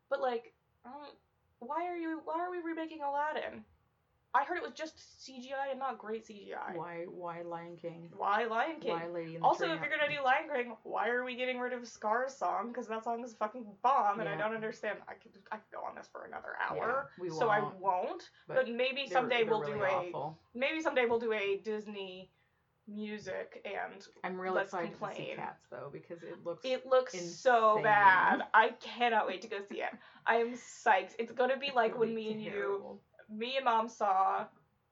But like, um, why are you? Why are we remaking Aladdin? I heard it was just CGI and not great CGI. why why Lion King? Why Lion King? Why Lady and the Also, if Tramp? you're gonna do Lion King, why are we getting rid of Scar's song? Because that song is fucking bomb, and I Yeah. don't understand. I could I could go on this for another hour, Yeah, we so I won't, won't. But, maybe they're- someday they're we'll really do awful. a maybe someday we'll do a Disney music, and I'm really let's excited to see complain. Cats though because it looks. it looks so Insane. bad. I cannot wait to go see it. I am psyched. It's gonna be it's like gonna when be me and you, terrible. me and mom saw,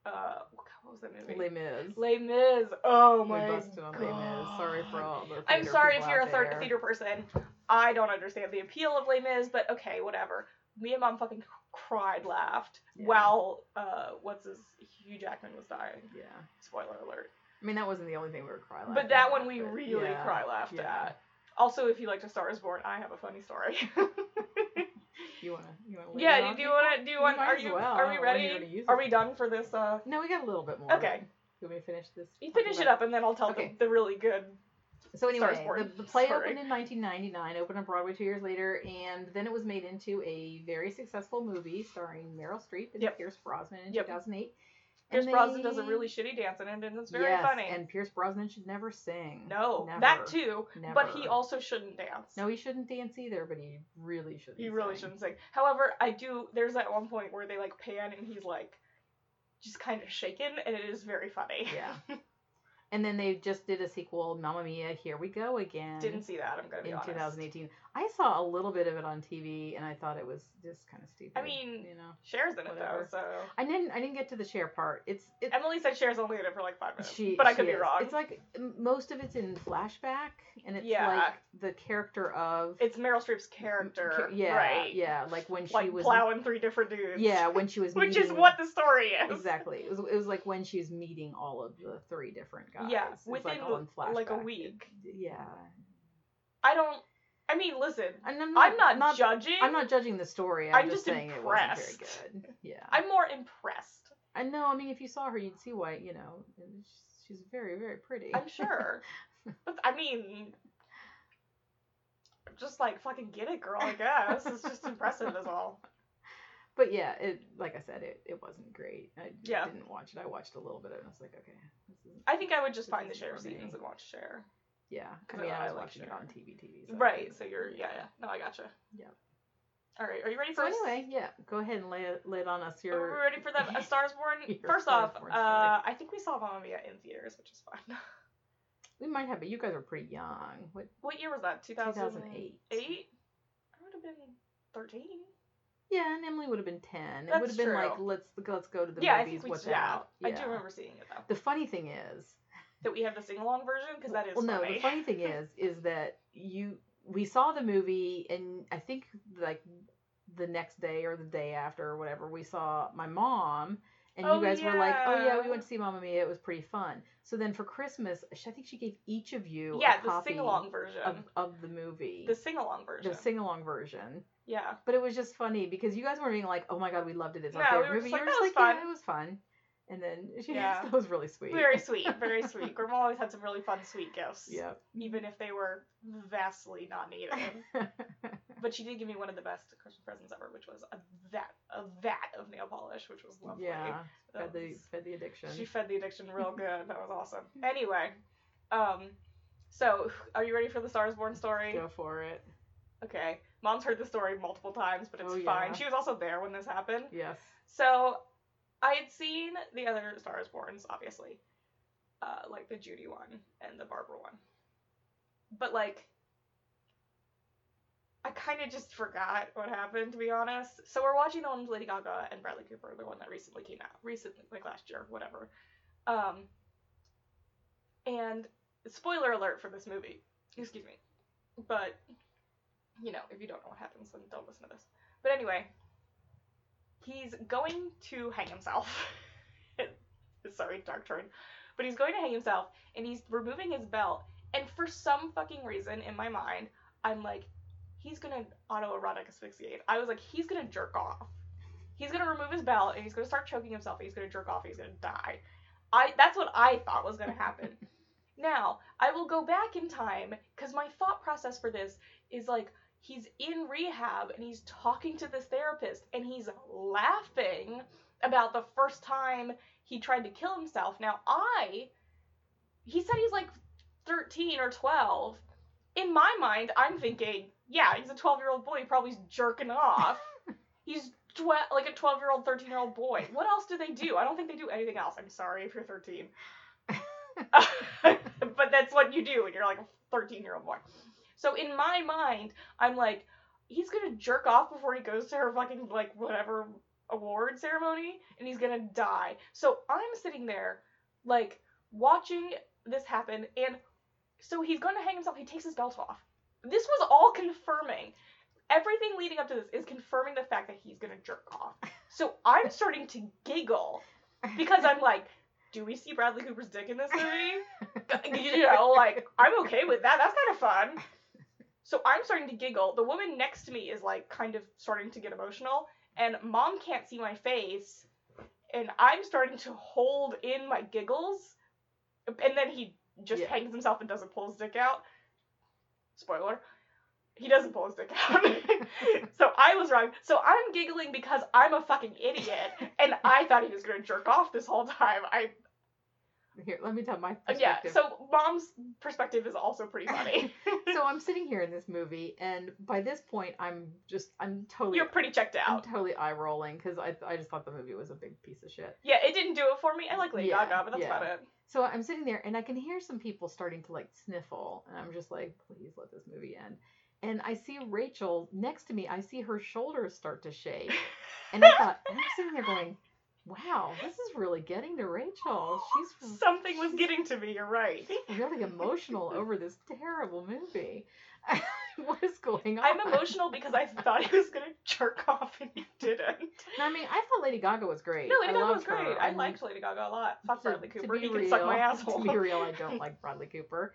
uh, what was that movie? Les Mis. Les Mis. Oh We my busted on god. Les Mis. Sorry for all the. I'm theater sorry if people you're a out third there. theater person. I don't understand the appeal of Les Mis, but okay, whatever. Me and mom fucking cried, laughed Yeah. while uh, what's his Hugh Jackman was dying. Yeah, Spoiler alert. I mean that wasn't the only thing we were crying. but that one we really cry laughed yeah. at. Also, if you like to Star Is Born, I have a funny story. <laughs> You wanna, you wanna leave it yeah, on? do you want to? Do you want? might Are as you? well. I Are don't we know when you're gonna ready? use Are it. we done for this? Uh, No, we got a little bit more. Okay. You want me to finish this? you finish it up, and then I'll tell Okay. the, the really good. So Sorry, anyway, Sporn. the, the play Sorry. opened in 1999, opened on Broadway two years later, and then it was made into a very successful movie starring Meryl Streep and Yep. Pierce Brosnan in Yep. 2008. Pierce And Brosnan does a they- really shitty dance in it, and it's very yes, funny. and Pierce Brosnan should never sing. no, Never. that too. But he Never. also shouldn't dance. No, he shouldn't dance either, but he really shouldn't. He really sing. shouldn't sing. However, I do. There's that one point where they like pan and he's like, just kind of shaken, and it is very funny. Yeah. And then they just did a sequel, Mamma Mia, Here We Go Again. <laughs> Didn't see that. I'm gonna be in honest. 2018. I saw a little bit of it on TV, and I thought it was just kind of stupid. I mean- you know, Cher's in it Whatever. though, so I didn't. I didn't get to the share part. It's it's Emily said Cher's only in it for like five minutes, she. but I she could be is. wrong. It's like m- most of it's in flashback, and it's Yeah. like the character of It's Meryl Streep's character, ca- yeah, right? yeah, like when she like was plowing three different dudes. <laughs> yeah when she was which is meeting- what the story is. <laughs> exactly it was it was like when she was meeting all of the three different guys. Yeah, It's within like, all in flashback. like a week. Yeah, I don't. I mean, listen, and I'm not, I'm not, judging. I'm not judging the story. I'm, I'm just just saying it impressed. <laughs> wasn't very good. Yeah. I'm more impressed. I know. I mean, if you saw her, you'd see why. You know, she's- she's very, very pretty. <laughs> I'm sure. but I mean, just like fucking get it, girl. I guess it's just impressive as all. But yeah, it like I said, it, it wasn't great. I Yeah. didn't watch it. I watched a little bit of it and I was like, okay, this is I think I would just This find the isn't share for me. scenes and watch share. yeah. I 'Cause I mean, I always was watch watching it. it on TV, TV. So. Right. So you're yeah yeah. No, I gotcha. Yep. All right. Are you ready So for us- anyway, yeah, go ahead and lay it, lay it on us. Are we Your ready for them? <laughs> A Star is Born. Your First Star off, is Born uh, I think we saw Mamma Mia in theaters, which is fun. <laughs> we might have, but you guys are pretty young. What? What year was that? 2008. 2008? I would have been 13. Yeah, and Emily would have been ten. It That's would have been like true. let's let's go to the yeah, I movies. think we what's yeah, out? I do remember seeing it though. The funny thing is, That we have the sing along version because that is well, no. funny. The funny <laughs> thing is, is that you we saw the movie, and I think like the next day or the day after or whatever, we saw my mom, and Oh, you guys were like, "Oh yeah, yeah. we went to see Mamma Mia. It was pretty fun." So then for Christmas, sh- I think she gave each of you a yeah, the copy sing along of, version. of the movie, The sing along version. the sing along version. yeah. <laughs> But it was just funny because you guys weren't being like, "Oh my god, we loved it. It's our No, we favorite were movie." just like, you were just "That was like, "Yeah, fun." it was fun." And then <laughs> she Yeah. that was really sweet. Very sweet. Very sweet. Grandma always had some really fun, sweet gifts. yeah. Even if they were vastly not <laughs> needed. but she did give me one of the best Christmas presents ever, which was a vat, a vat of nail polish, which was lovely. yeah. That Fed the was- fed the addiction. She fed the addiction <laughs> real good. That was awesome. Anyway, um, so are you ready for the Stars Born story? Go for it. Okay. Mom's heard the story multiple times, but it's Oh, yeah. fine. She was also there when this happened. Yes. So I had seen the other Stars Borns, obviously, uh, like the Judy one and the Barbara one, but like I kind of just forgot what happened to be honest. So we're watching the one with Lady Gaga and Bradley Cooper, the one that recently came out, recently like last year, whatever. Um, and spoiler alert for this movie, excuse me, but you know if you don't know what happens, then don't listen to this. But anyway, he's going to hang himself. <laughs> Sorry, dark turn. But he's going to hang himself and he's removing his belt. And for some fucking reason in my mind, I'm like, he's gonna autoerotic asphyxiate. I was like, he's gonna jerk off. He's gonna remove his belt and he's gonna start choking himself and he's gonna jerk off and he's gonna die. I that's what I thought was gonna happen. now, I will go back in time because my thought process for this is like he's in rehab and he's talking to this therapist and he's laughing about the first time he tried to kill himself. Now, I, he said he's like 13 or 12. In my mind, I'm thinking, yeah, he's a 12 year old boy. He probably's jerking off. he's twe- like a 12 year old, 13 year old boy. What else do they do? I don't think they do anything else. I'm sorry if you're 13. <laughs> but that's what you do when you're like a 13 year old boy. So in my mind, I'm like, he's gonna jerk off before he goes to her fucking like whatever award ceremony, and he's gonna die. So I'm sitting there, like watching this happen, and so he's gonna hang himself. He takes his belt off. This was all confirming. Everything leading up to this is confirming the fact that he's gonna jerk off. So I'm starting to giggle because I'm like, do we see Bradley Cooper's dick in this movie? <laughs> you know, like I'm okay with that. That's kind of fun. So I'm starting to giggle. The woman next to me is like kind of starting to get emotional, and mom can't see my face, and I'm starting to hold in my giggles, and then he just Yeah. hangs himself and doesn't pull his dick out. Spoiler. He doesn't pull his dick out. <laughs> so I was wrong. So I'm giggling because I'm a fucking idiot, and I thought he was gonna jerk off this whole time. I Here, let me tell my uh, Yeah, perspective. so mom's perspective is also pretty funny. <laughs> <laughs> so I'm sitting here in this movie, and by this point, I'm just I'm totally You're pretty checked I'm out. totally eye rolling because I I just thought the movie was a big piece of shit. Yeah, it didn't do it for me. I like Lady Yeah, Gaga, but that's yeah. about it. So I'm sitting there, and I can hear some people starting to like sniffle, and I'm just like, please let this movie end. And I see Rachel next to me. I see her shoulders start to shake, and I thought, and I'm sitting there going, wow, this is really getting to Rachel. <laughs> She's Something was getting to me, you're right. <laughs> really emotional over this terrible movie. <laughs> what is going on? I'm emotional because I thought he was gonna jerk <laughs> off and he didn't. No, I mean, I thought Lady Gaga was great. No, Lady I Gaga loved was great. her. I And liked Lady Gaga a lot. Fuck to- Bradley to Cooper. be He can suck my real- asshole. <laughs> To be real, <laughs> I don't like Bradley Cooper,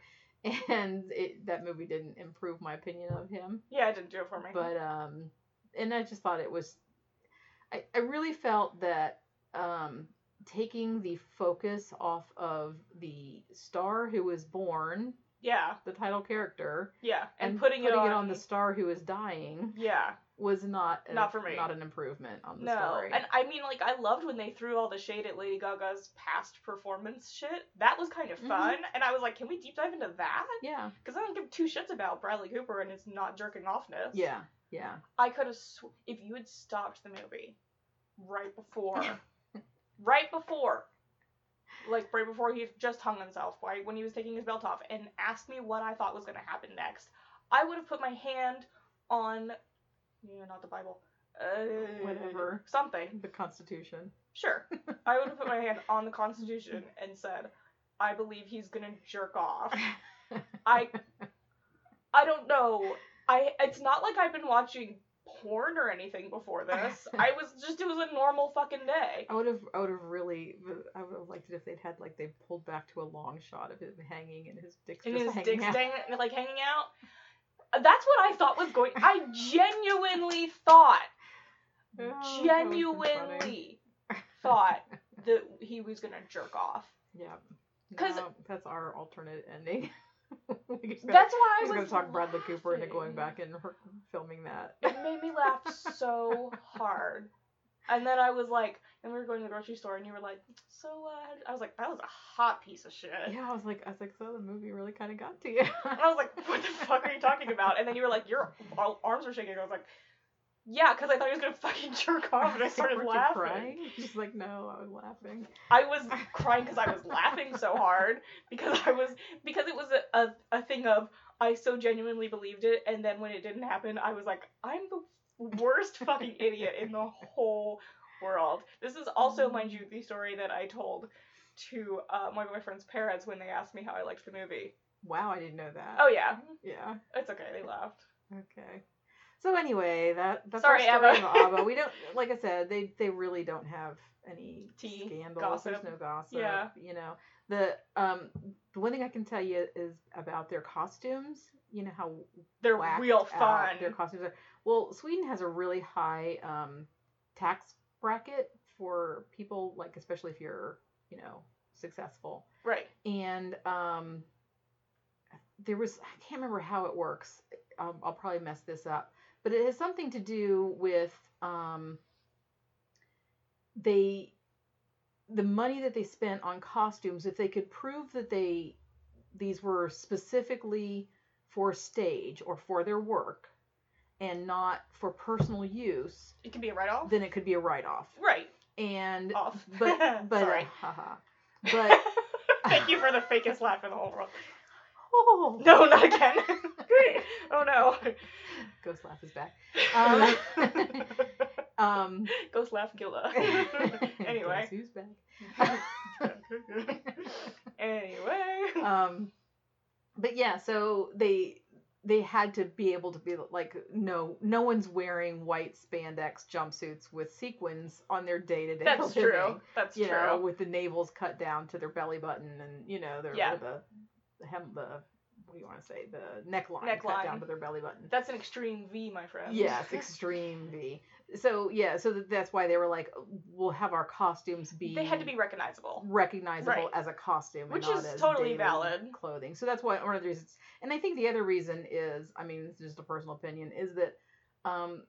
and it, that movie didn't improve my opinion of him. Yeah, it didn't do it for me. But um, and I just thought it was, I, I really felt that um, taking the focus off of the star who was born, yeah, the title character, yeah. And, and putting, it on, on the star who is dying Yeah. was not an, Not for me. not an improvement on the No, story. and I mean, like, I loved when they threw all the shade at Lady Gaga's past performance shit. That was kind of Mhm. fun, and I was like, can we deep dive into that? yeah, Because I don't give two shits about Bradley Cooper and his not jerking offness. yeah, yeah. I could have, sw- if you had stopped the movie right before, <laughs> right before, like right before he just hung himself, right when he was taking his belt off, and asked me what I thought was going to happen next, I would have put my hand on, yeah, not the Bible, uh, Whatever. something. The Constitution. Sure, I would have put my hand on the Constitution and said, "I believe he's going to jerk off." <laughs> I I don't know. I it's not like I've been watching porn or anything before this. I was just it was a normal fucking day. I would have, I would have really, I would have liked it if they'd had like they pulled back to a long shot of him hanging and his dick's And just his hanging dick's out. dang, like hanging out. That's what I thought was going. I genuinely thought, Oh, that would've been funny. genuinely <laughs> thought that he was gonna jerk off. Yeah. 'Cause- No, that's our alternate ending. <laughs> we just gotta- That's why I we're was gonna talk Bradley Cooper into going laughing. back and her- <laughs> filming that. It made me laugh so hard. And then I was like, and we were going to the grocery store, and you were like, so uh, how did-" I was like, that was a hot piece of shit. Yeah, I was like, I was like, so the movie really kind of got to you. <laughs> And I was like, what the fuck are you talking about? And then you were like, your ar- arms are shaking. I was like, yeah, because I thought he was gonna fucking jerk off, and I <laughs> Like, started weren't you laughing. Crying? She's like, no, I was laughing. I was crying because I was laughing so hard because I was because it was a, a, a thing of I so genuinely believed it, and then when it didn't happen, I was like, I'm the worst fucking idiot in the whole world. This is also, mind you, the story that I told to uh, my boyfriend's parents when they asked me how I liked the movie. Wow, I didn't know that. Oh yeah, yeah. it's okay. They laughed. Okay. So anyway, that that's Sorry, our story Abba. <laughs> of Abba. We don't, like I said, they they really don't have any Tea, scandals. gossip. There's no gossip. Yeah. You know, the um the one thing I can tell you is about their costumes. You know how They're whacked real out fun. their costumes are. Well, Sweden has a really high um tax bracket for people, like especially if you're you know successful right. and um, there was I can't remember how it works. Um, I'll probably mess this up, but it has something to do with um, they the money that they spent on costumes. If they could prove that they these were specifically for stage or for their work and not for personal use, It can be a write off. then it could be a write off. Right And off. <laughs> but but sorry. haha. <laughs> but <laughs> Thank you for the fakest laugh in the whole world. oh. No, not <laughs> again. Great. Oh no. Ghost laugh is back. <laughs> Um, um, <laughs> Ghost laugh, Gilda. anyway. guess who's back? anyway. <laughs> Um, but yeah, so they they had to be able to be like, no, no one's wearing white spandex jumpsuits with sequins on their day to day. That's true. That's You true. know, with the navels cut down to their belly button, and you know, their Yeah. or the the hem, the what do you want to say, the neckline, cut Neckline. down to their belly button. That's an extreme V, my friend. <laughs> Yes, extreme V. So yeah, so th- that's why they were like, we'll have our costumes be. They had to be <laughs> recognizable. recognizable Right. as a costume, and Which not is as totally daily valid. clothing. So that's why one of the reasons. And I think the other reason is, I mean, this is just a personal opinion, is that um,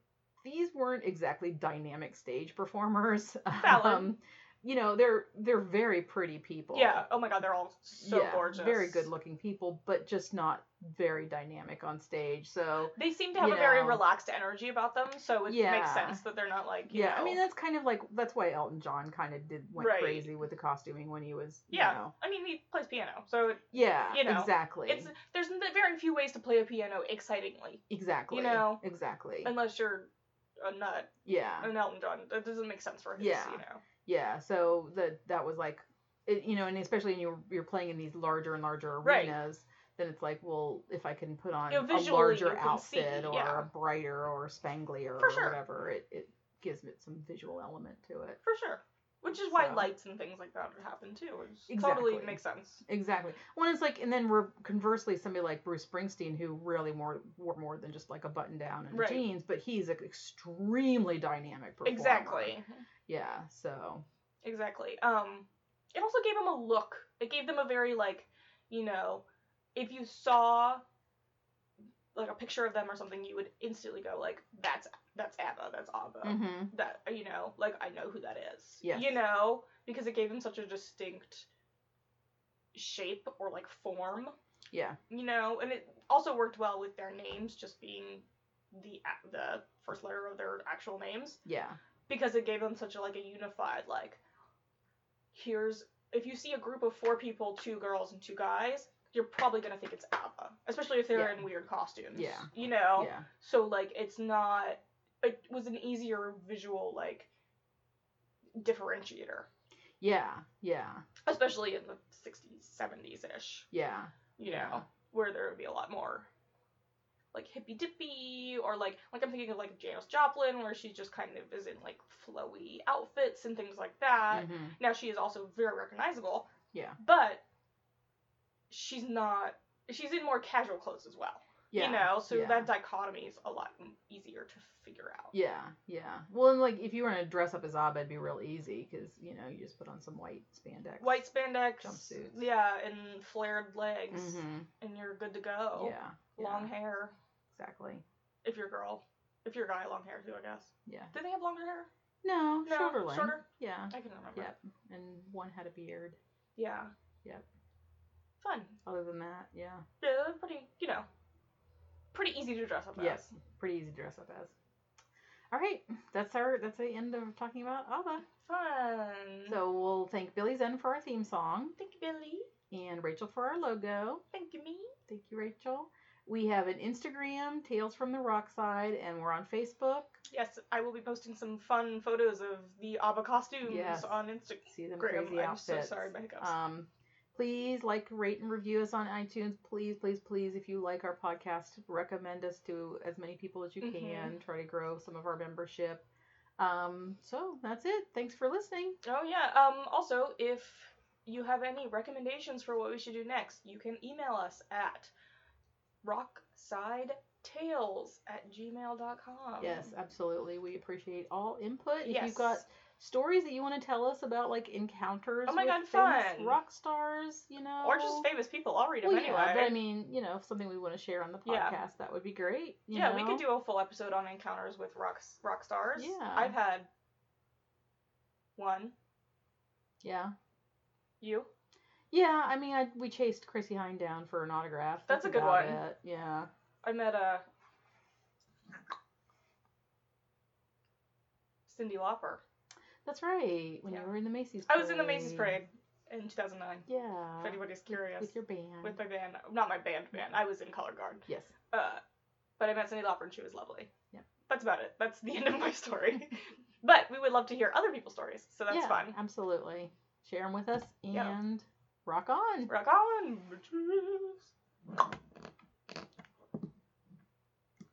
these weren't exactly dynamic stage performers. <laughs> Valid. Um, you know, they're they're very pretty people. Yeah. Oh my God, they're all so Yeah, gorgeous. Very good looking people, but just not very dynamic on stage. So They seem to have You a very know. relaxed energy about them, so it Yeah. makes sense that they're not like you yeah, know. I mean that's kind of like that's why Elton John kind of did went Oh. Right. crazy with the costuming when he was Yeah. you know, I mean, he plays piano, so it, yeah You know, exactly it's there's very few ways to play a piano excitingly exactly know, exactly unless you're a nut, yeah an Elton John. That doesn't make sense for his, Yeah. you know. yeah so that that was like it, you know and especially when you're you're playing in these larger and larger Right. arenas then it's like well if i can put on Yeah, a visually you larger can outfit see, or yeah. a brighter or spanglier For or sure. whatever it, it gives it some visual element to it For sure. Which is why So. lights and things like that would happen too. It Exactly. totally makes sense. exactly when it's like and then we're conversely somebody like bruce springsteen who really more wore more than just like a button down and Right. jeans but he's an extremely dynamic performer Exactly. yeah so Exactly. Um it also gave them a look. It gave them a very like, you know, if you saw like a picture of them or something, you would instantly go like, that's that's ABBA, that's ABBA. Mm-hmm. That you know, like I know who that is. Yes. You know, because it gave him such a distinct shape or like form. Yeah. You know, and it also worked well with their names just being the a- the first letter of their actual names Yeah. because it gave them such a like a unified like here's if you see a group of four people two girls and two guys you're probably gonna think it's abba especially if they're Yeah. in weird costumes Yeah. you know Yeah. so like it's not it was an easier visual like differentiator Yeah. Yeah. especially in the 60s 70s ish Yeah. you know Yeah. where there would be a lot more like hippy dippy or like like I'm thinking of like Janis Joplin where she just kind of is in like flowy outfits and things like that. Mhm. Now she is also very recognizable, Yeah. but she's not she's in more casual clothes as well. Yeah. You know, so yeah. that dichotomy is a lot m- easier to figure out. Yeah, yeah. Well, and like if you were gonna dress up as Abba, it'd be real easy because you know you just put on some white spandex. White spandex, Jumpsuits. yeah, and flared legs, Mm-hmm. and you're good to go. yeah. Oh, Long yeah, hair, Exactly. if you're a girl. If you're a guy, long hair too, I guess. Yeah. Do they have longer hair? No, No, shorter length. shorter? Yeah. I can remember. Yep. And one had a beard. Yeah. Yep. Fun. Other than that, yeah, Yeah, they're pretty, you know, pretty easy to dress up Yep. as. pretty easy to dress up as. All right, that's our that's the end of talking about Abba. Mm-hmm. Fun. So we'll thank Billy Zen for our theme song thank you, Billy. and Rachel for our logo. Thank you, me. Thank you, Rachel. We have an Instagram, Tales from the Rockside, and we're on Facebook. Yes, I will be posting some fun photos of the ABBA costumes Yes. on Instagram. See them crazy I'm outfits. so sorry, my hiccups. Um, please like, rate, and review us on iTunes. Please, please, please, if you like our podcast, recommend us to as many people as you Mhm. can. Try to grow some of our membership. Um, so that's it. Thanks for listening. oh yeah. Um. Also, if you have any recommendations for what we should do next, you can email us at rocksidetales at gmail.com. Yes, absolutely. We appreciate all input. If Yes. you've got stories that you want to tell us about, like encounters Oh my with God, famous fun. rock stars, you know, or just famous people. I'll read them Oh. Well, anyway. yeah, but I mean, you know, if something we want to share on the podcast, Yeah. that would be great. you yeah, we know? could do a full episode on encounters with rock rock stars. Yeah. I've had one. Yeah. You? Yeah, I mean, I, we chased Chrissy Hine down for an autograph. That's a good about one. it. Yeah. I met uh, a Cindy Lauper. That's right. When Yeah. you were in the Macy's I parade. was in the Macy's Parade in 2009. Oh. Yeah. If anybody's curious, With your band. With my band, not my band, band. I was in color guard. yes. Uh, but I met Cindy Lauper and she was lovely. Yep. That's about it. That's the <laughs> end of my story. but we would love to hear other people's stories, so that's yeah, fun. Absolutely. Share them with us and Yeah. rock on. Rock on, bitches.